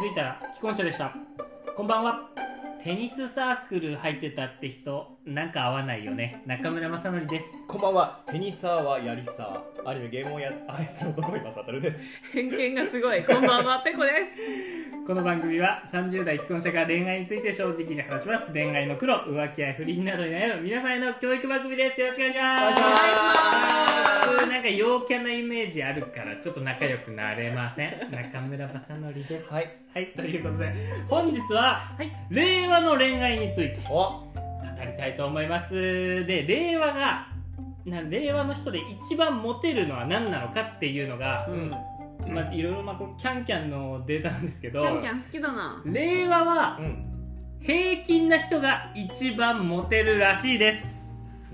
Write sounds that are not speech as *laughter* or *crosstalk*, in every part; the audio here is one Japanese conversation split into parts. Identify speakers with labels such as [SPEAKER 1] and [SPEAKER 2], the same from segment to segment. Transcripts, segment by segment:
[SPEAKER 1] づいたら既婚者でしたこんばんはテニスサークル入ってたって人なんか合わないよね中村雅則です
[SPEAKER 2] こんばんは、テニサーはやりさー、アニメゲームをや愛する男今サタルです。
[SPEAKER 3] 偏見がすごい。こんばん
[SPEAKER 1] *laughs*
[SPEAKER 3] は、ペコです。
[SPEAKER 1] この番組は30代既婚者が恋愛について正直に話します恋愛の苦労浮気や不倫などに悩む皆さんへの教育番組ですよろしくお願いします
[SPEAKER 2] お願いします
[SPEAKER 1] そういうなんか陽キャなイメージあるからちょっと仲良くなれません中村雅則です
[SPEAKER 2] はい、
[SPEAKER 1] はいということで本日は
[SPEAKER 3] はい。
[SPEAKER 1] 令和の恋愛について
[SPEAKER 2] お、
[SPEAKER 1] 語りたいと思いますで令和がな令和の人で一番モテるのは何なのかっていうのが、
[SPEAKER 3] うん。
[SPEAKER 1] まあ、いろいろ、まあ、これキャンキャンのデータなんですけど
[SPEAKER 3] キャンキャン好きだな。
[SPEAKER 1] 令和は
[SPEAKER 2] うん、
[SPEAKER 1] 平均な人が一番モテるらしいです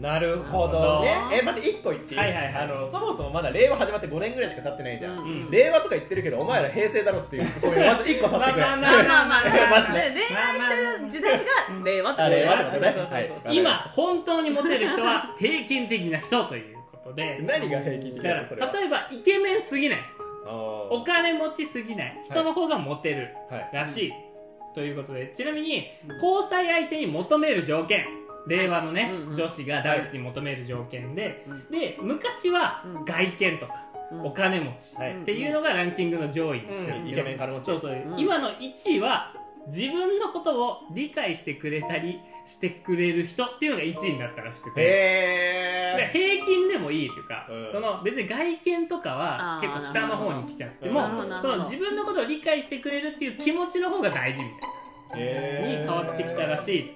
[SPEAKER 2] なるほどね
[SPEAKER 3] なるほ。ど
[SPEAKER 2] え、待って一個言っていい？
[SPEAKER 1] はいはいはい
[SPEAKER 2] あのそもそもまだ令和始まって5年ぐらいしか経ってないじゃん。
[SPEAKER 3] うん
[SPEAKER 1] うん
[SPEAKER 2] 令和とか言ってるけど、お前ら平成だろっていうツッコミをまず一個さ
[SPEAKER 1] *laughs*
[SPEAKER 2] せてくれ。
[SPEAKER 1] まあま
[SPEAKER 3] まあまあまあ、
[SPEAKER 2] まずね
[SPEAKER 3] で恋愛してる時代が令和って
[SPEAKER 2] あ令和
[SPEAKER 1] ってこと
[SPEAKER 2] ね
[SPEAKER 3] そうそうそうそう
[SPEAKER 2] はい
[SPEAKER 1] 今本当にモテる人は平均的な人ということで
[SPEAKER 2] *laughs* 何が平均
[SPEAKER 1] だ
[SPEAKER 2] 的
[SPEAKER 1] か
[SPEAKER 2] なのそれは
[SPEAKER 1] ら。例えばイケメンすぎない
[SPEAKER 2] お
[SPEAKER 1] お金持ちすぎない人の方がモテる
[SPEAKER 2] はい。
[SPEAKER 1] らしい、ということでちなみに交際相手に求める条件令和のね、
[SPEAKER 3] うんうん
[SPEAKER 1] 女子が男子に求める条件で、
[SPEAKER 3] うん
[SPEAKER 1] で昔は
[SPEAKER 3] うん
[SPEAKER 1] 外見とか、
[SPEAKER 3] うん
[SPEAKER 1] お金持ち
[SPEAKER 2] はい
[SPEAKER 1] っていうのがランキングの上位に来てるん
[SPEAKER 2] イ
[SPEAKER 1] ですけ
[SPEAKER 2] ケ
[SPEAKER 1] ど、
[SPEAKER 2] メン金持ち。
[SPEAKER 1] そうそう、
[SPEAKER 3] うん
[SPEAKER 1] 今の1位は自分のことを理解してくれたりしてくれる人っていうのが1位になったらしくて、だから
[SPEAKER 2] へ
[SPEAKER 1] 平均でもいいというか、
[SPEAKER 2] うん
[SPEAKER 1] その別に外見とかは
[SPEAKER 3] あー
[SPEAKER 1] 結構下の方に来ちゃって
[SPEAKER 2] なるほ
[SPEAKER 1] も
[SPEAKER 2] どなる
[SPEAKER 1] そ
[SPEAKER 3] ほど
[SPEAKER 1] の自分のことを理解してくれるっていう気持ちの方が大事みたいな。
[SPEAKER 2] ーへ
[SPEAKER 1] に
[SPEAKER 2] ー。
[SPEAKER 1] 変わってきたらしいという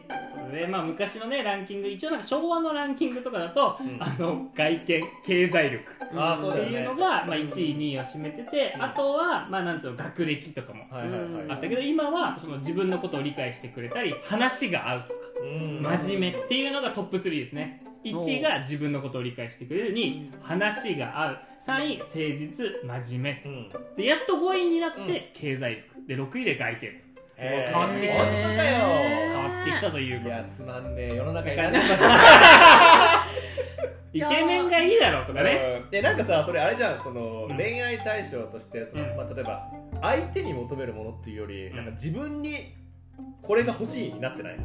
[SPEAKER 1] ことで、まあ、昔のねランキング一応なんか昭和のランキングとかだと、
[SPEAKER 2] うん
[SPEAKER 1] あの外見経済力っ
[SPEAKER 2] あーそう
[SPEAKER 1] て
[SPEAKER 2] だよね
[SPEAKER 1] いうのが、まあ、1位2位を占めてて、
[SPEAKER 2] うん
[SPEAKER 1] あとは、まあ、なんつうの学歴とかも
[SPEAKER 2] はいはいはい。
[SPEAKER 3] うん
[SPEAKER 1] あったけど今はその自分のことを理解してくれたり話が合うとか
[SPEAKER 2] うん
[SPEAKER 1] 真面目っていうのがトップ3ですね1位が自分のことを理解してくれる2位話が合う3位誠実真面目と
[SPEAKER 2] うん。
[SPEAKER 1] でやっと5位になっ
[SPEAKER 2] うん
[SPEAKER 1] て経済力で6位で外見と。
[SPEAKER 2] へー
[SPEAKER 1] 変わってきた
[SPEAKER 2] 本当だよ
[SPEAKER 1] 変。わってきたという
[SPEAKER 2] い
[SPEAKER 1] こと
[SPEAKER 2] や
[SPEAKER 1] で
[SPEAKER 2] つまんねえ世の中になっ
[SPEAKER 1] な
[SPEAKER 2] て
[SPEAKER 1] ん
[SPEAKER 2] ま
[SPEAKER 1] か
[SPEAKER 2] す
[SPEAKER 1] イケメンがいい *laughs* だろうとかね
[SPEAKER 2] うんでなんかさそれあれじゃんその、
[SPEAKER 1] うん
[SPEAKER 2] 恋愛対象としてその、
[SPEAKER 1] うん
[SPEAKER 2] まあ、例えば相手に求めるものっていうより、
[SPEAKER 1] うん
[SPEAKER 2] なんか自分にこれが欲しいになってない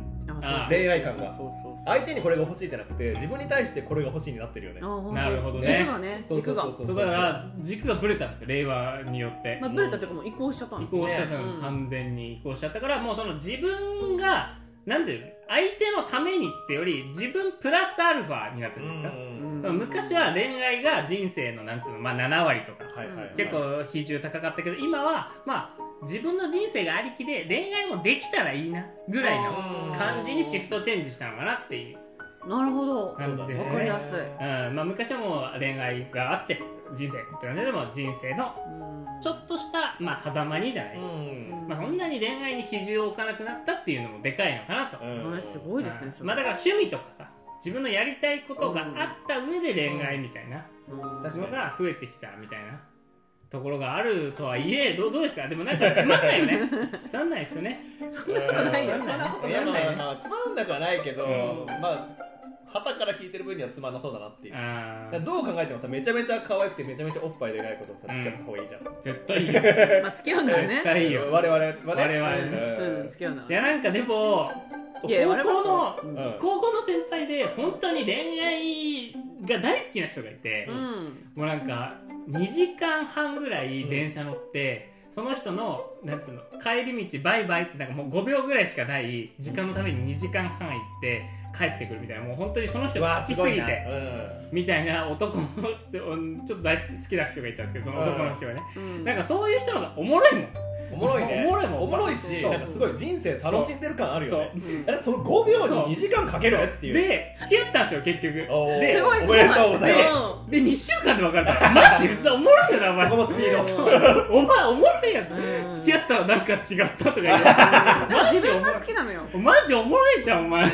[SPEAKER 1] あ
[SPEAKER 2] 恋愛感が
[SPEAKER 3] そうそうそう
[SPEAKER 2] 相手にこれが欲しいじゃなくて自分に対してこれが欲しいになってるよね
[SPEAKER 3] あ本当
[SPEAKER 1] なるほどね
[SPEAKER 3] 軸がね、
[SPEAKER 2] そうそ
[SPEAKER 3] 軸
[SPEAKER 2] うそ
[SPEAKER 3] が
[SPEAKER 2] う。そう
[SPEAKER 1] そうだから軸がブレたんですよ令和によって
[SPEAKER 3] まあ、ブレたというかもう移行しちゃったの。
[SPEAKER 1] 移行しちゃった
[SPEAKER 3] ね
[SPEAKER 1] の
[SPEAKER 3] うん
[SPEAKER 1] 完全に移行しちゃったからもうその自分がなんていうの相手のためにってより自分プラスアルファになってるんですか
[SPEAKER 2] うん
[SPEAKER 3] うん
[SPEAKER 1] 昔は恋愛が人生のなんつうのまあ7割とか
[SPEAKER 2] はいはいはい
[SPEAKER 1] 結構比重高かったけど今はまあ自分の人生がありきで恋愛もできたらいいなぐらいの感じにシフトチェンジしたのかなっていう
[SPEAKER 3] なるほど。
[SPEAKER 1] 感じです
[SPEAKER 3] わかり
[SPEAKER 1] ね
[SPEAKER 3] やすい
[SPEAKER 1] うんまあ、昔はもう恋愛があって人生って感じでも人生のちょっとした、まあ、狭間にじゃない、
[SPEAKER 2] うん
[SPEAKER 1] まあ、そんなに恋愛に比重を置かなくなったっていうのもでかいのかなと、
[SPEAKER 2] うん
[SPEAKER 3] あれすごいですね、
[SPEAKER 1] うん
[SPEAKER 3] それ
[SPEAKER 1] まあ、だから趣味とかさ自分のやりたいことがあった上で恋愛みたいな
[SPEAKER 3] うん
[SPEAKER 2] 確
[SPEAKER 1] の
[SPEAKER 2] か
[SPEAKER 1] が増えてきたみたいなところがあるとはいえどうどうですかでもなんかつまんないよね *laughs* つまんないですよね
[SPEAKER 3] そんなことないよ、
[SPEAKER 1] うん
[SPEAKER 3] そんなこと
[SPEAKER 2] い
[SPEAKER 3] な
[SPEAKER 2] や
[SPEAKER 3] い
[SPEAKER 2] ま
[SPEAKER 3] よ。
[SPEAKER 2] あまあつまんなくはないけど、
[SPEAKER 1] うん
[SPEAKER 2] まあ旗から聞いてる分にはつまんなそうだなっていう、
[SPEAKER 1] あ
[SPEAKER 2] だから
[SPEAKER 1] ー
[SPEAKER 2] どう考えてもさめちゃめちゃ可愛くてめちゃめちゃおっぱいでかいことをさ
[SPEAKER 1] うん
[SPEAKER 2] 付き合った方がいいじゃん、
[SPEAKER 1] 絶対い
[SPEAKER 3] *laughs*
[SPEAKER 1] いよ絶
[SPEAKER 3] まあ、付き合うんだよ
[SPEAKER 1] *laughs*
[SPEAKER 3] ね。
[SPEAKER 1] 対いいよ
[SPEAKER 2] 我々はね
[SPEAKER 1] 我々
[SPEAKER 3] うん、うん
[SPEAKER 2] うん
[SPEAKER 3] 付き合うんだ
[SPEAKER 1] いやなんかでも高
[SPEAKER 3] いや
[SPEAKER 1] 校
[SPEAKER 3] 我々
[SPEAKER 1] の
[SPEAKER 3] もうん
[SPEAKER 2] うん
[SPEAKER 1] 高校の先輩で本当に恋愛が大好きな人がいて、
[SPEAKER 3] うん。
[SPEAKER 1] もうなんか2時間半ぐらい電車乗って、その人のなんつうの帰り道バイバイってなんかもう5秒ぐらいしかない時間のために2時間半行って帰ってくるみたいなもう本当にその人
[SPEAKER 2] う
[SPEAKER 1] が
[SPEAKER 2] わ
[SPEAKER 1] 好き
[SPEAKER 2] す
[SPEAKER 1] す
[SPEAKER 2] ご
[SPEAKER 1] ぎ
[SPEAKER 2] いな
[SPEAKER 1] て。みたいな男のちょっと大好き好きな人がいたんですけどその男の人がね、
[SPEAKER 3] うん
[SPEAKER 1] なんかそういう人の方がおもろいもん
[SPEAKER 2] うんおもろいね
[SPEAKER 1] おもろいもん
[SPEAKER 2] おもろいし
[SPEAKER 1] そう
[SPEAKER 2] なんかすごい人生楽しんでる感あるよね
[SPEAKER 1] そう
[SPEAKER 3] うん
[SPEAKER 2] あれその5秒
[SPEAKER 1] そう
[SPEAKER 2] に2時間かけるっていう
[SPEAKER 1] で付き合ったんですよ結局です
[SPEAKER 2] おー
[SPEAKER 1] です
[SPEAKER 3] ごいす
[SPEAKER 2] お
[SPEAKER 3] ごい。
[SPEAKER 2] めでとうございます
[SPEAKER 3] ま
[SPEAKER 1] で2週間で別れたのマジさおもろいよなお前
[SPEAKER 2] そこ *laughs* のスピード
[SPEAKER 1] お前おもろいやん
[SPEAKER 3] うん
[SPEAKER 1] 付き合ったらなんか違ったとか言うマジでおも
[SPEAKER 3] 好きなのよ。
[SPEAKER 1] ろいマジおもろいじゃんお前
[SPEAKER 3] 2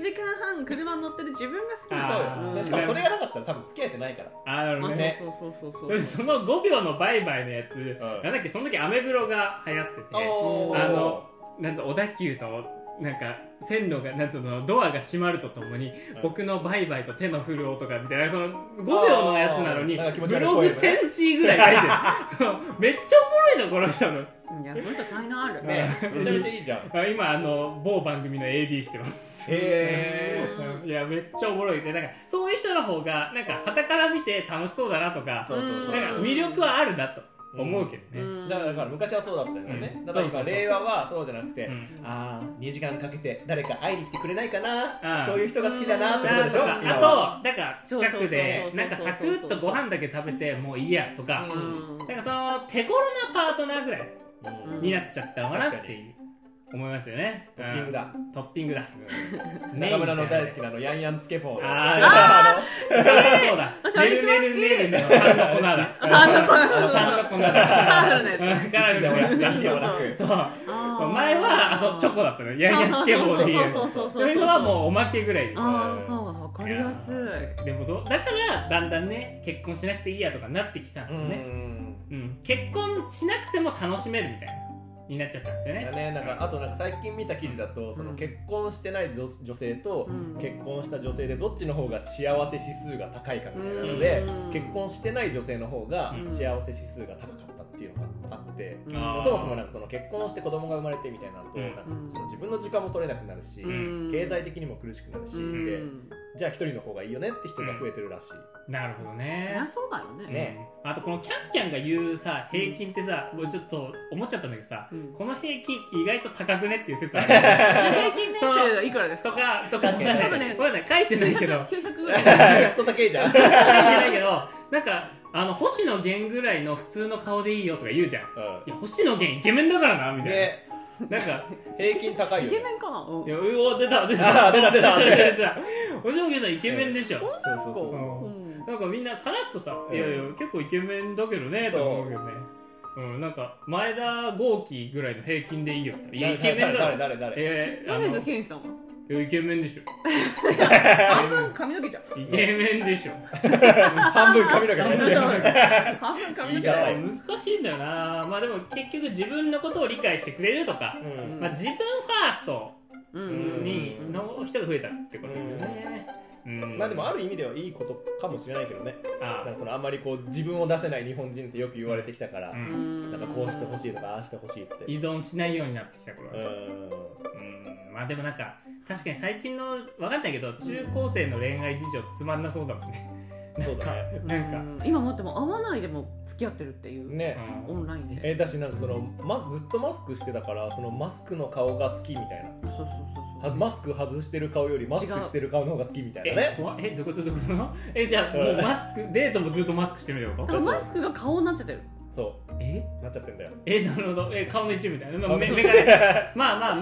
[SPEAKER 3] 時間半車に乗ってる自分が好き
[SPEAKER 2] そ
[SPEAKER 3] な
[SPEAKER 2] う
[SPEAKER 3] の
[SPEAKER 2] よ
[SPEAKER 3] よ
[SPEAKER 1] あー
[SPEAKER 2] でしかもそれがなかったら多分付き合えてないから
[SPEAKER 1] あーなるほどね
[SPEAKER 2] ね
[SPEAKER 3] そうそうそう
[SPEAKER 1] で
[SPEAKER 3] そう
[SPEAKER 1] その5秒のバイバイのやつ、
[SPEAKER 2] ん
[SPEAKER 1] なんだっけその時アメブロが流行ってて
[SPEAKER 2] おー
[SPEAKER 1] あのなんと小田急となんか線路がなんつうのドアが閉まるとともに僕のバイバイと手の振る音がみたいなその5秒のやつなのに
[SPEAKER 2] あーなんか気持ち
[SPEAKER 1] ブ
[SPEAKER 2] 悪い
[SPEAKER 1] ログセンチぐらい書いてる *laughs* めっちゃおもろいのこの人の
[SPEAKER 3] いやその人才能ある、
[SPEAKER 1] ね
[SPEAKER 2] ねめちゃめちゃいいじゃん
[SPEAKER 1] あ今あの某番組の AD してます
[SPEAKER 2] へ
[SPEAKER 3] ー
[SPEAKER 1] うんいやめっちゃおもろいでなんかそういう人の方がなんか傍から見て楽しそうだなとか
[SPEAKER 2] そうそう
[SPEAKER 1] な
[SPEAKER 2] そ
[SPEAKER 1] ん
[SPEAKER 2] う
[SPEAKER 1] か魅力はあるなと思うけどね、
[SPEAKER 3] うん
[SPEAKER 2] だからだから昔はそうだったんだよ
[SPEAKER 1] う
[SPEAKER 2] ね
[SPEAKER 1] ん
[SPEAKER 2] だから
[SPEAKER 1] そうそう
[SPEAKER 2] 今
[SPEAKER 1] そう
[SPEAKER 2] 令和はそうじゃなくて、
[SPEAKER 1] うん
[SPEAKER 2] ああ2時間かけて誰か会いに来てくれないか
[SPEAKER 1] あー
[SPEAKER 2] なそういう人が好きだなってこと
[SPEAKER 1] な
[SPEAKER 2] で
[SPEAKER 1] ん
[SPEAKER 2] し
[SPEAKER 1] と
[SPEAKER 2] ょ
[SPEAKER 1] か
[SPEAKER 2] 今は
[SPEAKER 1] あとだから近くでなんかサクッとご飯だけ食べてもういいやとか、
[SPEAKER 2] う
[SPEAKER 3] うん
[SPEAKER 1] なんかその手頃なパートナーぐらい
[SPEAKER 2] うん
[SPEAKER 3] うん
[SPEAKER 1] になっちゃったのかなっていう思いますよね
[SPEAKER 2] トッピングだ、
[SPEAKER 1] うんトッピングだメイン
[SPEAKER 2] 中村の大
[SPEAKER 1] じ
[SPEAKER 2] 好きなあのヤンヤンつけぽん
[SPEAKER 1] あ
[SPEAKER 2] あ
[SPEAKER 1] ゃないそうだ
[SPEAKER 3] 私
[SPEAKER 1] そうだね
[SPEAKER 3] あれ
[SPEAKER 1] るねるねるねのサンド粉だ
[SPEAKER 3] あサンド粉
[SPEAKER 1] あのサンド粉だ
[SPEAKER 3] カラフルなや
[SPEAKER 1] うんカラフルなやつだ
[SPEAKER 2] 一でもなく
[SPEAKER 1] そう
[SPEAKER 3] あー
[SPEAKER 1] 前はあのチョコだったのヤンヤンつけ棒で言う
[SPEAKER 3] そうそうそうそうそう
[SPEAKER 1] そういうのはもうおまけぐらい
[SPEAKER 3] ああそうわかりやすい
[SPEAKER 1] やでもどだからだんだんね結婚しなくていいやとかなってきたんですよね、
[SPEAKER 2] ん
[SPEAKER 1] うん結婚しなくても楽しめるみたいなになっちゃったんですよ
[SPEAKER 2] だ
[SPEAKER 1] ね
[SPEAKER 2] ね、なんかあとなんか最近見た記事だとその結婚してない女女性と
[SPEAKER 3] うん
[SPEAKER 2] 結婚した女性でどっちの方が幸せ指数が高いかみたいなので
[SPEAKER 3] うん
[SPEAKER 2] 結婚してない女性の方が
[SPEAKER 1] うん
[SPEAKER 2] 幸せ指数が高かったっていうのがあって
[SPEAKER 3] うん
[SPEAKER 1] あー
[SPEAKER 2] そもそもなんかその結婚して子供が生まれてみたいなのと
[SPEAKER 1] うん
[SPEAKER 2] なんかその自分の時間も取れなくなるし
[SPEAKER 3] うん
[SPEAKER 2] 経済的にも苦しくなるし
[SPEAKER 3] う
[SPEAKER 2] で
[SPEAKER 3] ん
[SPEAKER 2] じゃあ一人の方がいいよねって人が増えてるらしい。
[SPEAKER 1] なるほど
[SPEAKER 3] そり
[SPEAKER 1] ね
[SPEAKER 3] ゃそうだよね
[SPEAKER 2] ね
[SPEAKER 1] うんあとこのキャンキャンが言うさ平均ってさ、もうちょっと思っちゃったんだけどさ
[SPEAKER 3] うん
[SPEAKER 1] この平均意外と高くねっていう説あるよね
[SPEAKER 3] *laughs* 平均年収いくらです
[SPEAKER 1] と
[SPEAKER 3] *laughs* か
[SPEAKER 1] かとかわかん
[SPEAKER 2] 確かに
[SPEAKER 1] ない
[SPEAKER 2] 多分
[SPEAKER 3] ね
[SPEAKER 1] わかんない書いてないけど
[SPEAKER 3] 900ぐ
[SPEAKER 2] ク
[SPEAKER 3] ら
[SPEAKER 2] *laughs*
[SPEAKER 3] い
[SPEAKER 2] ソ高いじ
[SPEAKER 1] *laughs*
[SPEAKER 2] ゃん。
[SPEAKER 1] 書いてないけどなんかあの星野源ぐらいの普通の顔でいいよとか言うじゃんいや星野源イケメンだからなみたいな、
[SPEAKER 2] で、
[SPEAKER 1] なんか
[SPEAKER 2] 平均高い
[SPEAKER 3] イ
[SPEAKER 2] よ
[SPEAKER 3] ケ
[SPEAKER 2] ね。
[SPEAKER 3] メンかなうん
[SPEAKER 1] いや、うお、出た、出
[SPEAKER 2] あ
[SPEAKER 1] た、
[SPEAKER 2] ー出た出た
[SPEAKER 1] 出た、出た。おしもけさん、イケメンでしょ。
[SPEAKER 2] そうそうそう
[SPEAKER 1] う
[SPEAKER 2] そ
[SPEAKER 1] ん
[SPEAKER 3] うん
[SPEAKER 1] なんかみんなさらっとさ、
[SPEAKER 2] うん
[SPEAKER 1] いやいや、結構イケメンだけどね、と思うけどね。うん、なんか、前田豪輝ぐらいの平均でいいよ。
[SPEAKER 2] う。
[SPEAKER 1] いや、イケメンだ
[SPEAKER 2] 誰
[SPEAKER 1] ろ。
[SPEAKER 2] 誰誰
[SPEAKER 1] えー、あの
[SPEAKER 3] 米津玄
[SPEAKER 2] *laughs*
[SPEAKER 3] 師さんはい
[SPEAKER 1] やイケメンでしょ。
[SPEAKER 3] 半分髪の毛
[SPEAKER 2] *laughs*
[SPEAKER 3] じゃん
[SPEAKER 1] イケメンでしょ。
[SPEAKER 2] 半分髪の毛
[SPEAKER 3] 半
[SPEAKER 2] ね。
[SPEAKER 1] *laughs*
[SPEAKER 3] 分髪の毛
[SPEAKER 1] い
[SPEAKER 2] やば
[SPEAKER 1] や
[SPEAKER 2] い
[SPEAKER 1] 難しいんだよな。まあでも、結局自分のことを理解してくれるとか、
[SPEAKER 2] うん
[SPEAKER 1] まあ自分ファースト
[SPEAKER 3] うん
[SPEAKER 1] に
[SPEAKER 2] うん
[SPEAKER 1] の人が増えたってことだよね。うん
[SPEAKER 2] まあでもある意味ではいいことかもしれないけどね。
[SPEAKER 1] あ
[SPEAKER 2] なんかそのあんまりこう自分を出せない日本人ってよく言われてきたから、
[SPEAKER 1] うん
[SPEAKER 2] なんかこうしてほしいとかああしてほしいって。
[SPEAKER 1] 依存しないようになってきた頃
[SPEAKER 2] う
[SPEAKER 1] は
[SPEAKER 2] ん。
[SPEAKER 1] うんまあでもなんか確かに最近の分かんないけど中高生の恋愛事情つまんなそうだもんね *laughs*
[SPEAKER 2] そうだね。
[SPEAKER 1] なんか、
[SPEAKER 3] か今もっても会わないでも付き合ってるっていう
[SPEAKER 1] う
[SPEAKER 2] ね。
[SPEAKER 1] ん
[SPEAKER 3] オンラインで
[SPEAKER 2] えだしなんかその、ま、ずっとマスクしてたからそのマスクの顔が好きみたい
[SPEAKER 3] そうそう
[SPEAKER 2] な
[SPEAKER 3] そう
[SPEAKER 2] は
[SPEAKER 3] そう
[SPEAKER 2] マスク外してる顔よりマスクしてる顔の方が好きみたいな
[SPEAKER 1] え
[SPEAKER 2] ね
[SPEAKER 1] 怖えどういうことどういうこと *laughs* えじゃあもうマスクデートもずっとマスクしてみるってこ
[SPEAKER 3] だか
[SPEAKER 1] と
[SPEAKER 3] らマスクが顔になっちゃってる
[SPEAKER 2] そ
[SPEAKER 1] え
[SPEAKER 2] うなっちゃってんだよ
[SPEAKER 1] えなるほどえ顔の一部みたいな、まあ、
[SPEAKER 2] あ *laughs*
[SPEAKER 1] め
[SPEAKER 2] そう
[SPEAKER 1] メガネまあまあ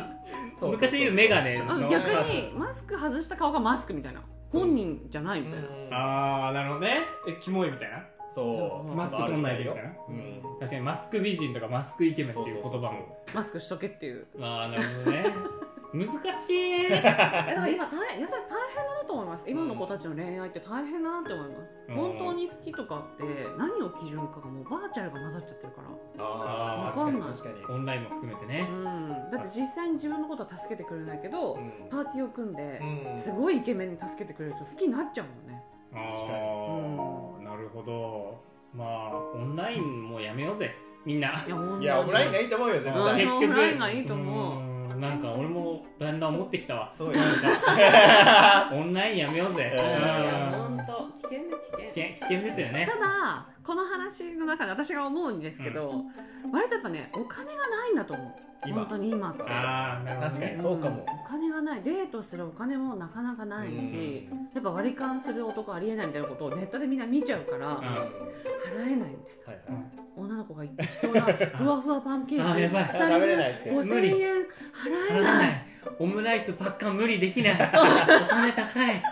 [SPEAKER 2] そう
[SPEAKER 1] 昔で言うメガネ
[SPEAKER 3] あ
[SPEAKER 1] の
[SPEAKER 3] 逆にマスク外した顔がマスクみたいな本人じゃないみたいな
[SPEAKER 2] うん
[SPEAKER 1] ああなるほどねえキモいみたいな
[SPEAKER 2] そう
[SPEAKER 1] マスク取んないでみたいな
[SPEAKER 2] うん
[SPEAKER 1] 確かにマスク美人とかマスクイケメンっていう言葉も
[SPEAKER 3] マスクしとけっていう
[SPEAKER 1] ああなるほどね *laughs* 難しい *laughs*
[SPEAKER 3] えだから今大変やっぱり大変だなと思います今の子たちの恋愛って大変だなって思います、
[SPEAKER 1] うん
[SPEAKER 3] 本当に好きとかって何を基準かがもうバーチャルが混ざっちゃってるから
[SPEAKER 2] ああ
[SPEAKER 3] わかんない
[SPEAKER 2] 確かに確か
[SPEAKER 1] オンラインも含めてね
[SPEAKER 3] うんだって実際に自分のことは助けてくれないけど、
[SPEAKER 2] に
[SPEAKER 3] パーティーを組んで
[SPEAKER 2] う、ん
[SPEAKER 3] すごいイケメンに助けてくれる人好きになっちゃうもんね
[SPEAKER 1] あ
[SPEAKER 3] う
[SPEAKER 1] あなるほどまあオンラインもやめようぜみんな *laughs*
[SPEAKER 3] いや本当
[SPEAKER 2] うん
[SPEAKER 3] に
[SPEAKER 2] いやオンラインがいいと思うよ絶
[SPEAKER 3] うん
[SPEAKER 2] 対
[SPEAKER 3] 結局オンラインがいいと思
[SPEAKER 1] うーんなんか俺もだんだん思ってきたわ
[SPEAKER 2] そうよ
[SPEAKER 1] *laughs* オンラインやめようぜ
[SPEAKER 2] うん
[SPEAKER 1] うん
[SPEAKER 3] 本当危険で危
[SPEAKER 1] 危
[SPEAKER 3] 険
[SPEAKER 1] 険危険ですよね
[SPEAKER 3] ただこの話の中で私が思うんですけど、割とやっぱねお金がないんだと思う本
[SPEAKER 2] *laughs* 今
[SPEAKER 3] 当に今って
[SPEAKER 1] ああなるほど、ね、
[SPEAKER 2] 確かにそうかも
[SPEAKER 3] んお金がないデートするお金もなかなかないし、
[SPEAKER 2] うん
[SPEAKER 3] やっぱ割り勘する男ありえないみたいなことをネットでみんな見ちゃうから、
[SPEAKER 1] ん
[SPEAKER 2] は
[SPEAKER 3] 払えないみたいない
[SPEAKER 2] はい
[SPEAKER 3] 女の子が行きそうなふわふわパンケーキ
[SPEAKER 1] あーやばい
[SPEAKER 3] 二人分
[SPEAKER 2] 食べれないって
[SPEAKER 1] 無理
[SPEAKER 3] 5000円払え
[SPEAKER 1] 払わ
[SPEAKER 3] な
[SPEAKER 1] ないいオムライスパッカン無理できない
[SPEAKER 3] *laughs*
[SPEAKER 1] お金高い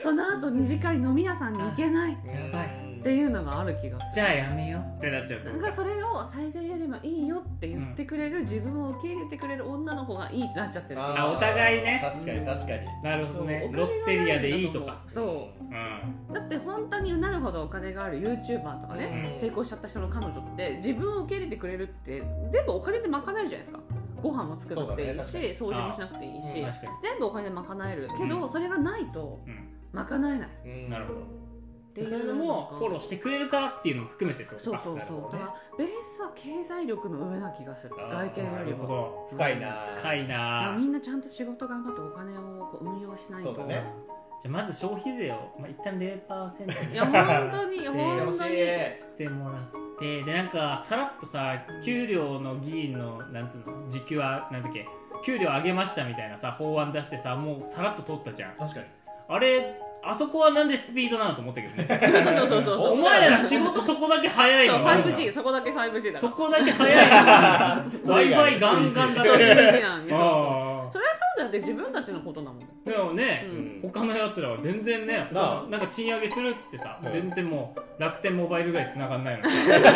[SPEAKER 3] その後二次会飲み屋さんに行けないっ
[SPEAKER 1] やばい
[SPEAKER 2] うん
[SPEAKER 3] ていうのがある気がする
[SPEAKER 1] じゃあやめようってなっちゃうと
[SPEAKER 3] なんかそれをサイゼリアでもいいよって言ってくれる、自分を受け入れてくれる女の子がいいってなっちゃってる
[SPEAKER 2] あー
[SPEAKER 1] あお互いね
[SPEAKER 2] 確かに確かに
[SPEAKER 1] なるほどね
[SPEAKER 3] そう
[SPEAKER 1] ロ
[SPEAKER 3] お金が
[SPEAKER 1] ッテリアでいいとか
[SPEAKER 3] そう
[SPEAKER 1] うん
[SPEAKER 3] うだって本当になるほどお金がある YouTuber とかね、
[SPEAKER 2] うん
[SPEAKER 3] 成功しちゃった人の彼女って自分を受け入れてくれるって全部お金で賄えるじゃないですかご飯も作らなくていい
[SPEAKER 2] そ
[SPEAKER 3] し、
[SPEAKER 2] うだね
[SPEAKER 3] 掃除もしなくていいし、
[SPEAKER 2] うん
[SPEAKER 1] 確か
[SPEAKER 3] 全部お金で賄えるけど、
[SPEAKER 1] うん
[SPEAKER 3] それがないと
[SPEAKER 1] に、うん
[SPEAKER 3] 賄えないっ
[SPEAKER 2] うん
[SPEAKER 1] なるほど
[SPEAKER 3] て
[SPEAKER 1] で
[SPEAKER 3] い
[SPEAKER 1] そ
[SPEAKER 3] う
[SPEAKER 1] ういうのもフォローしてくれるからっていうのも含めてってこと
[SPEAKER 3] そう
[SPEAKER 1] か
[SPEAKER 3] そう
[SPEAKER 2] なる
[SPEAKER 3] そう
[SPEAKER 2] ほど
[SPEAKER 3] だ
[SPEAKER 2] ね
[SPEAKER 3] からベースは経済力の上な気がする
[SPEAKER 2] あー
[SPEAKER 3] 外見よ
[SPEAKER 1] な
[SPEAKER 3] り
[SPEAKER 1] るほ
[SPEAKER 3] も
[SPEAKER 1] ど
[SPEAKER 2] 深いな
[SPEAKER 1] 深い
[SPEAKER 3] だから
[SPEAKER 1] な
[SPEAKER 3] みんなちゃんと仕事頑張ってお金をこう運用しないと
[SPEAKER 2] そうだね
[SPEAKER 1] じゃあまず消費税を、まあ、一旦0%に
[SPEAKER 3] *laughs* いや本当に
[SPEAKER 2] ほ
[SPEAKER 3] 本
[SPEAKER 2] し
[SPEAKER 3] 当に
[SPEAKER 2] い
[SPEAKER 1] してもらってでなんかさらっとさ給料の議員のなんつうの時給はなんだっけ給料上げましたみたいなさ法案出してさもうさらっと通ったじゃん
[SPEAKER 2] 確かに
[SPEAKER 1] あれあそこはなんでスピードなのと思ったけどね
[SPEAKER 3] *laughs* そうそうそうそう
[SPEAKER 1] お前ら仕事そこだけ早い
[SPEAKER 3] そう
[SPEAKER 1] のなんだ
[SPEAKER 3] 5G そこだけ 5G だ
[SPEAKER 1] そ
[SPEAKER 3] か
[SPEAKER 1] こだけ早いの w i f
[SPEAKER 2] それ以
[SPEAKER 3] *laughs*
[SPEAKER 2] 外
[SPEAKER 1] i ガンガンだか
[SPEAKER 3] らそう
[SPEAKER 1] ら
[SPEAKER 3] 5G なんですよ
[SPEAKER 1] あ
[SPEAKER 3] そりゃそうだって自分たちのことなもん
[SPEAKER 1] あでもね、
[SPEAKER 3] うん
[SPEAKER 1] 他のやつらは全然ね
[SPEAKER 2] なあ
[SPEAKER 1] なんか賃上げするっつってさ、
[SPEAKER 2] うん
[SPEAKER 1] 全然もう楽天モバイルぐらい繋がんないの
[SPEAKER 2] *laughs*
[SPEAKER 1] にさうっせーのに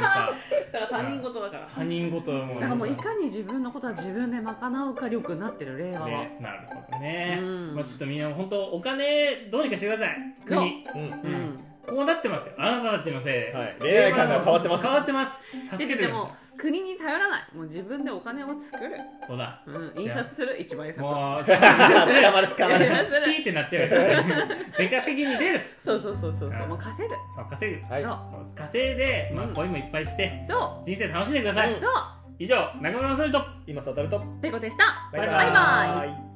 [SPEAKER 1] さ
[SPEAKER 3] だから他人事だから
[SPEAKER 1] 他人事はもう
[SPEAKER 3] だからもういかに自分のことは自分で賄うか力になってる令和は、
[SPEAKER 2] ね
[SPEAKER 1] なるほどね、
[SPEAKER 3] うん
[SPEAKER 1] まあちょっとみんな本当お金どうにかしてください国 *laughs*
[SPEAKER 2] うん
[SPEAKER 3] うん
[SPEAKER 1] こうなってますよあなたたちのせいで、
[SPEAKER 2] はい恋愛観が変わってます
[SPEAKER 1] 変わってます助
[SPEAKER 3] で
[SPEAKER 1] けて
[SPEAKER 3] で
[SPEAKER 1] くだ
[SPEAKER 3] も
[SPEAKER 1] さ
[SPEAKER 3] 国に頼らないもう自分でお金を作る、
[SPEAKER 1] いそうだ
[SPEAKER 3] うん、印刷する一番印刷を
[SPEAKER 1] もう
[SPEAKER 2] *laughs*
[SPEAKER 1] それは
[SPEAKER 2] まだ使わ
[SPEAKER 3] い
[SPEAKER 2] な
[SPEAKER 1] *laughs*
[SPEAKER 3] や
[SPEAKER 2] い
[SPEAKER 3] いや
[SPEAKER 1] ピーってなっちゃうよ *laughs* 出稼ぎに出ると
[SPEAKER 3] そうそうそうそうそううんもう稼ぐ
[SPEAKER 1] そう稼ぐ
[SPEAKER 2] はい
[SPEAKER 3] そう
[SPEAKER 1] そう稼いで、まあ、
[SPEAKER 3] うん
[SPEAKER 1] 恋もいっぱいして
[SPEAKER 3] そ
[SPEAKER 1] 人生楽しんでください、
[SPEAKER 3] うそう
[SPEAKER 1] 以上中村雅ると
[SPEAKER 2] 今さたると
[SPEAKER 3] ペコでした
[SPEAKER 1] バイバイ
[SPEAKER 3] バイバイ
[SPEAKER 2] イ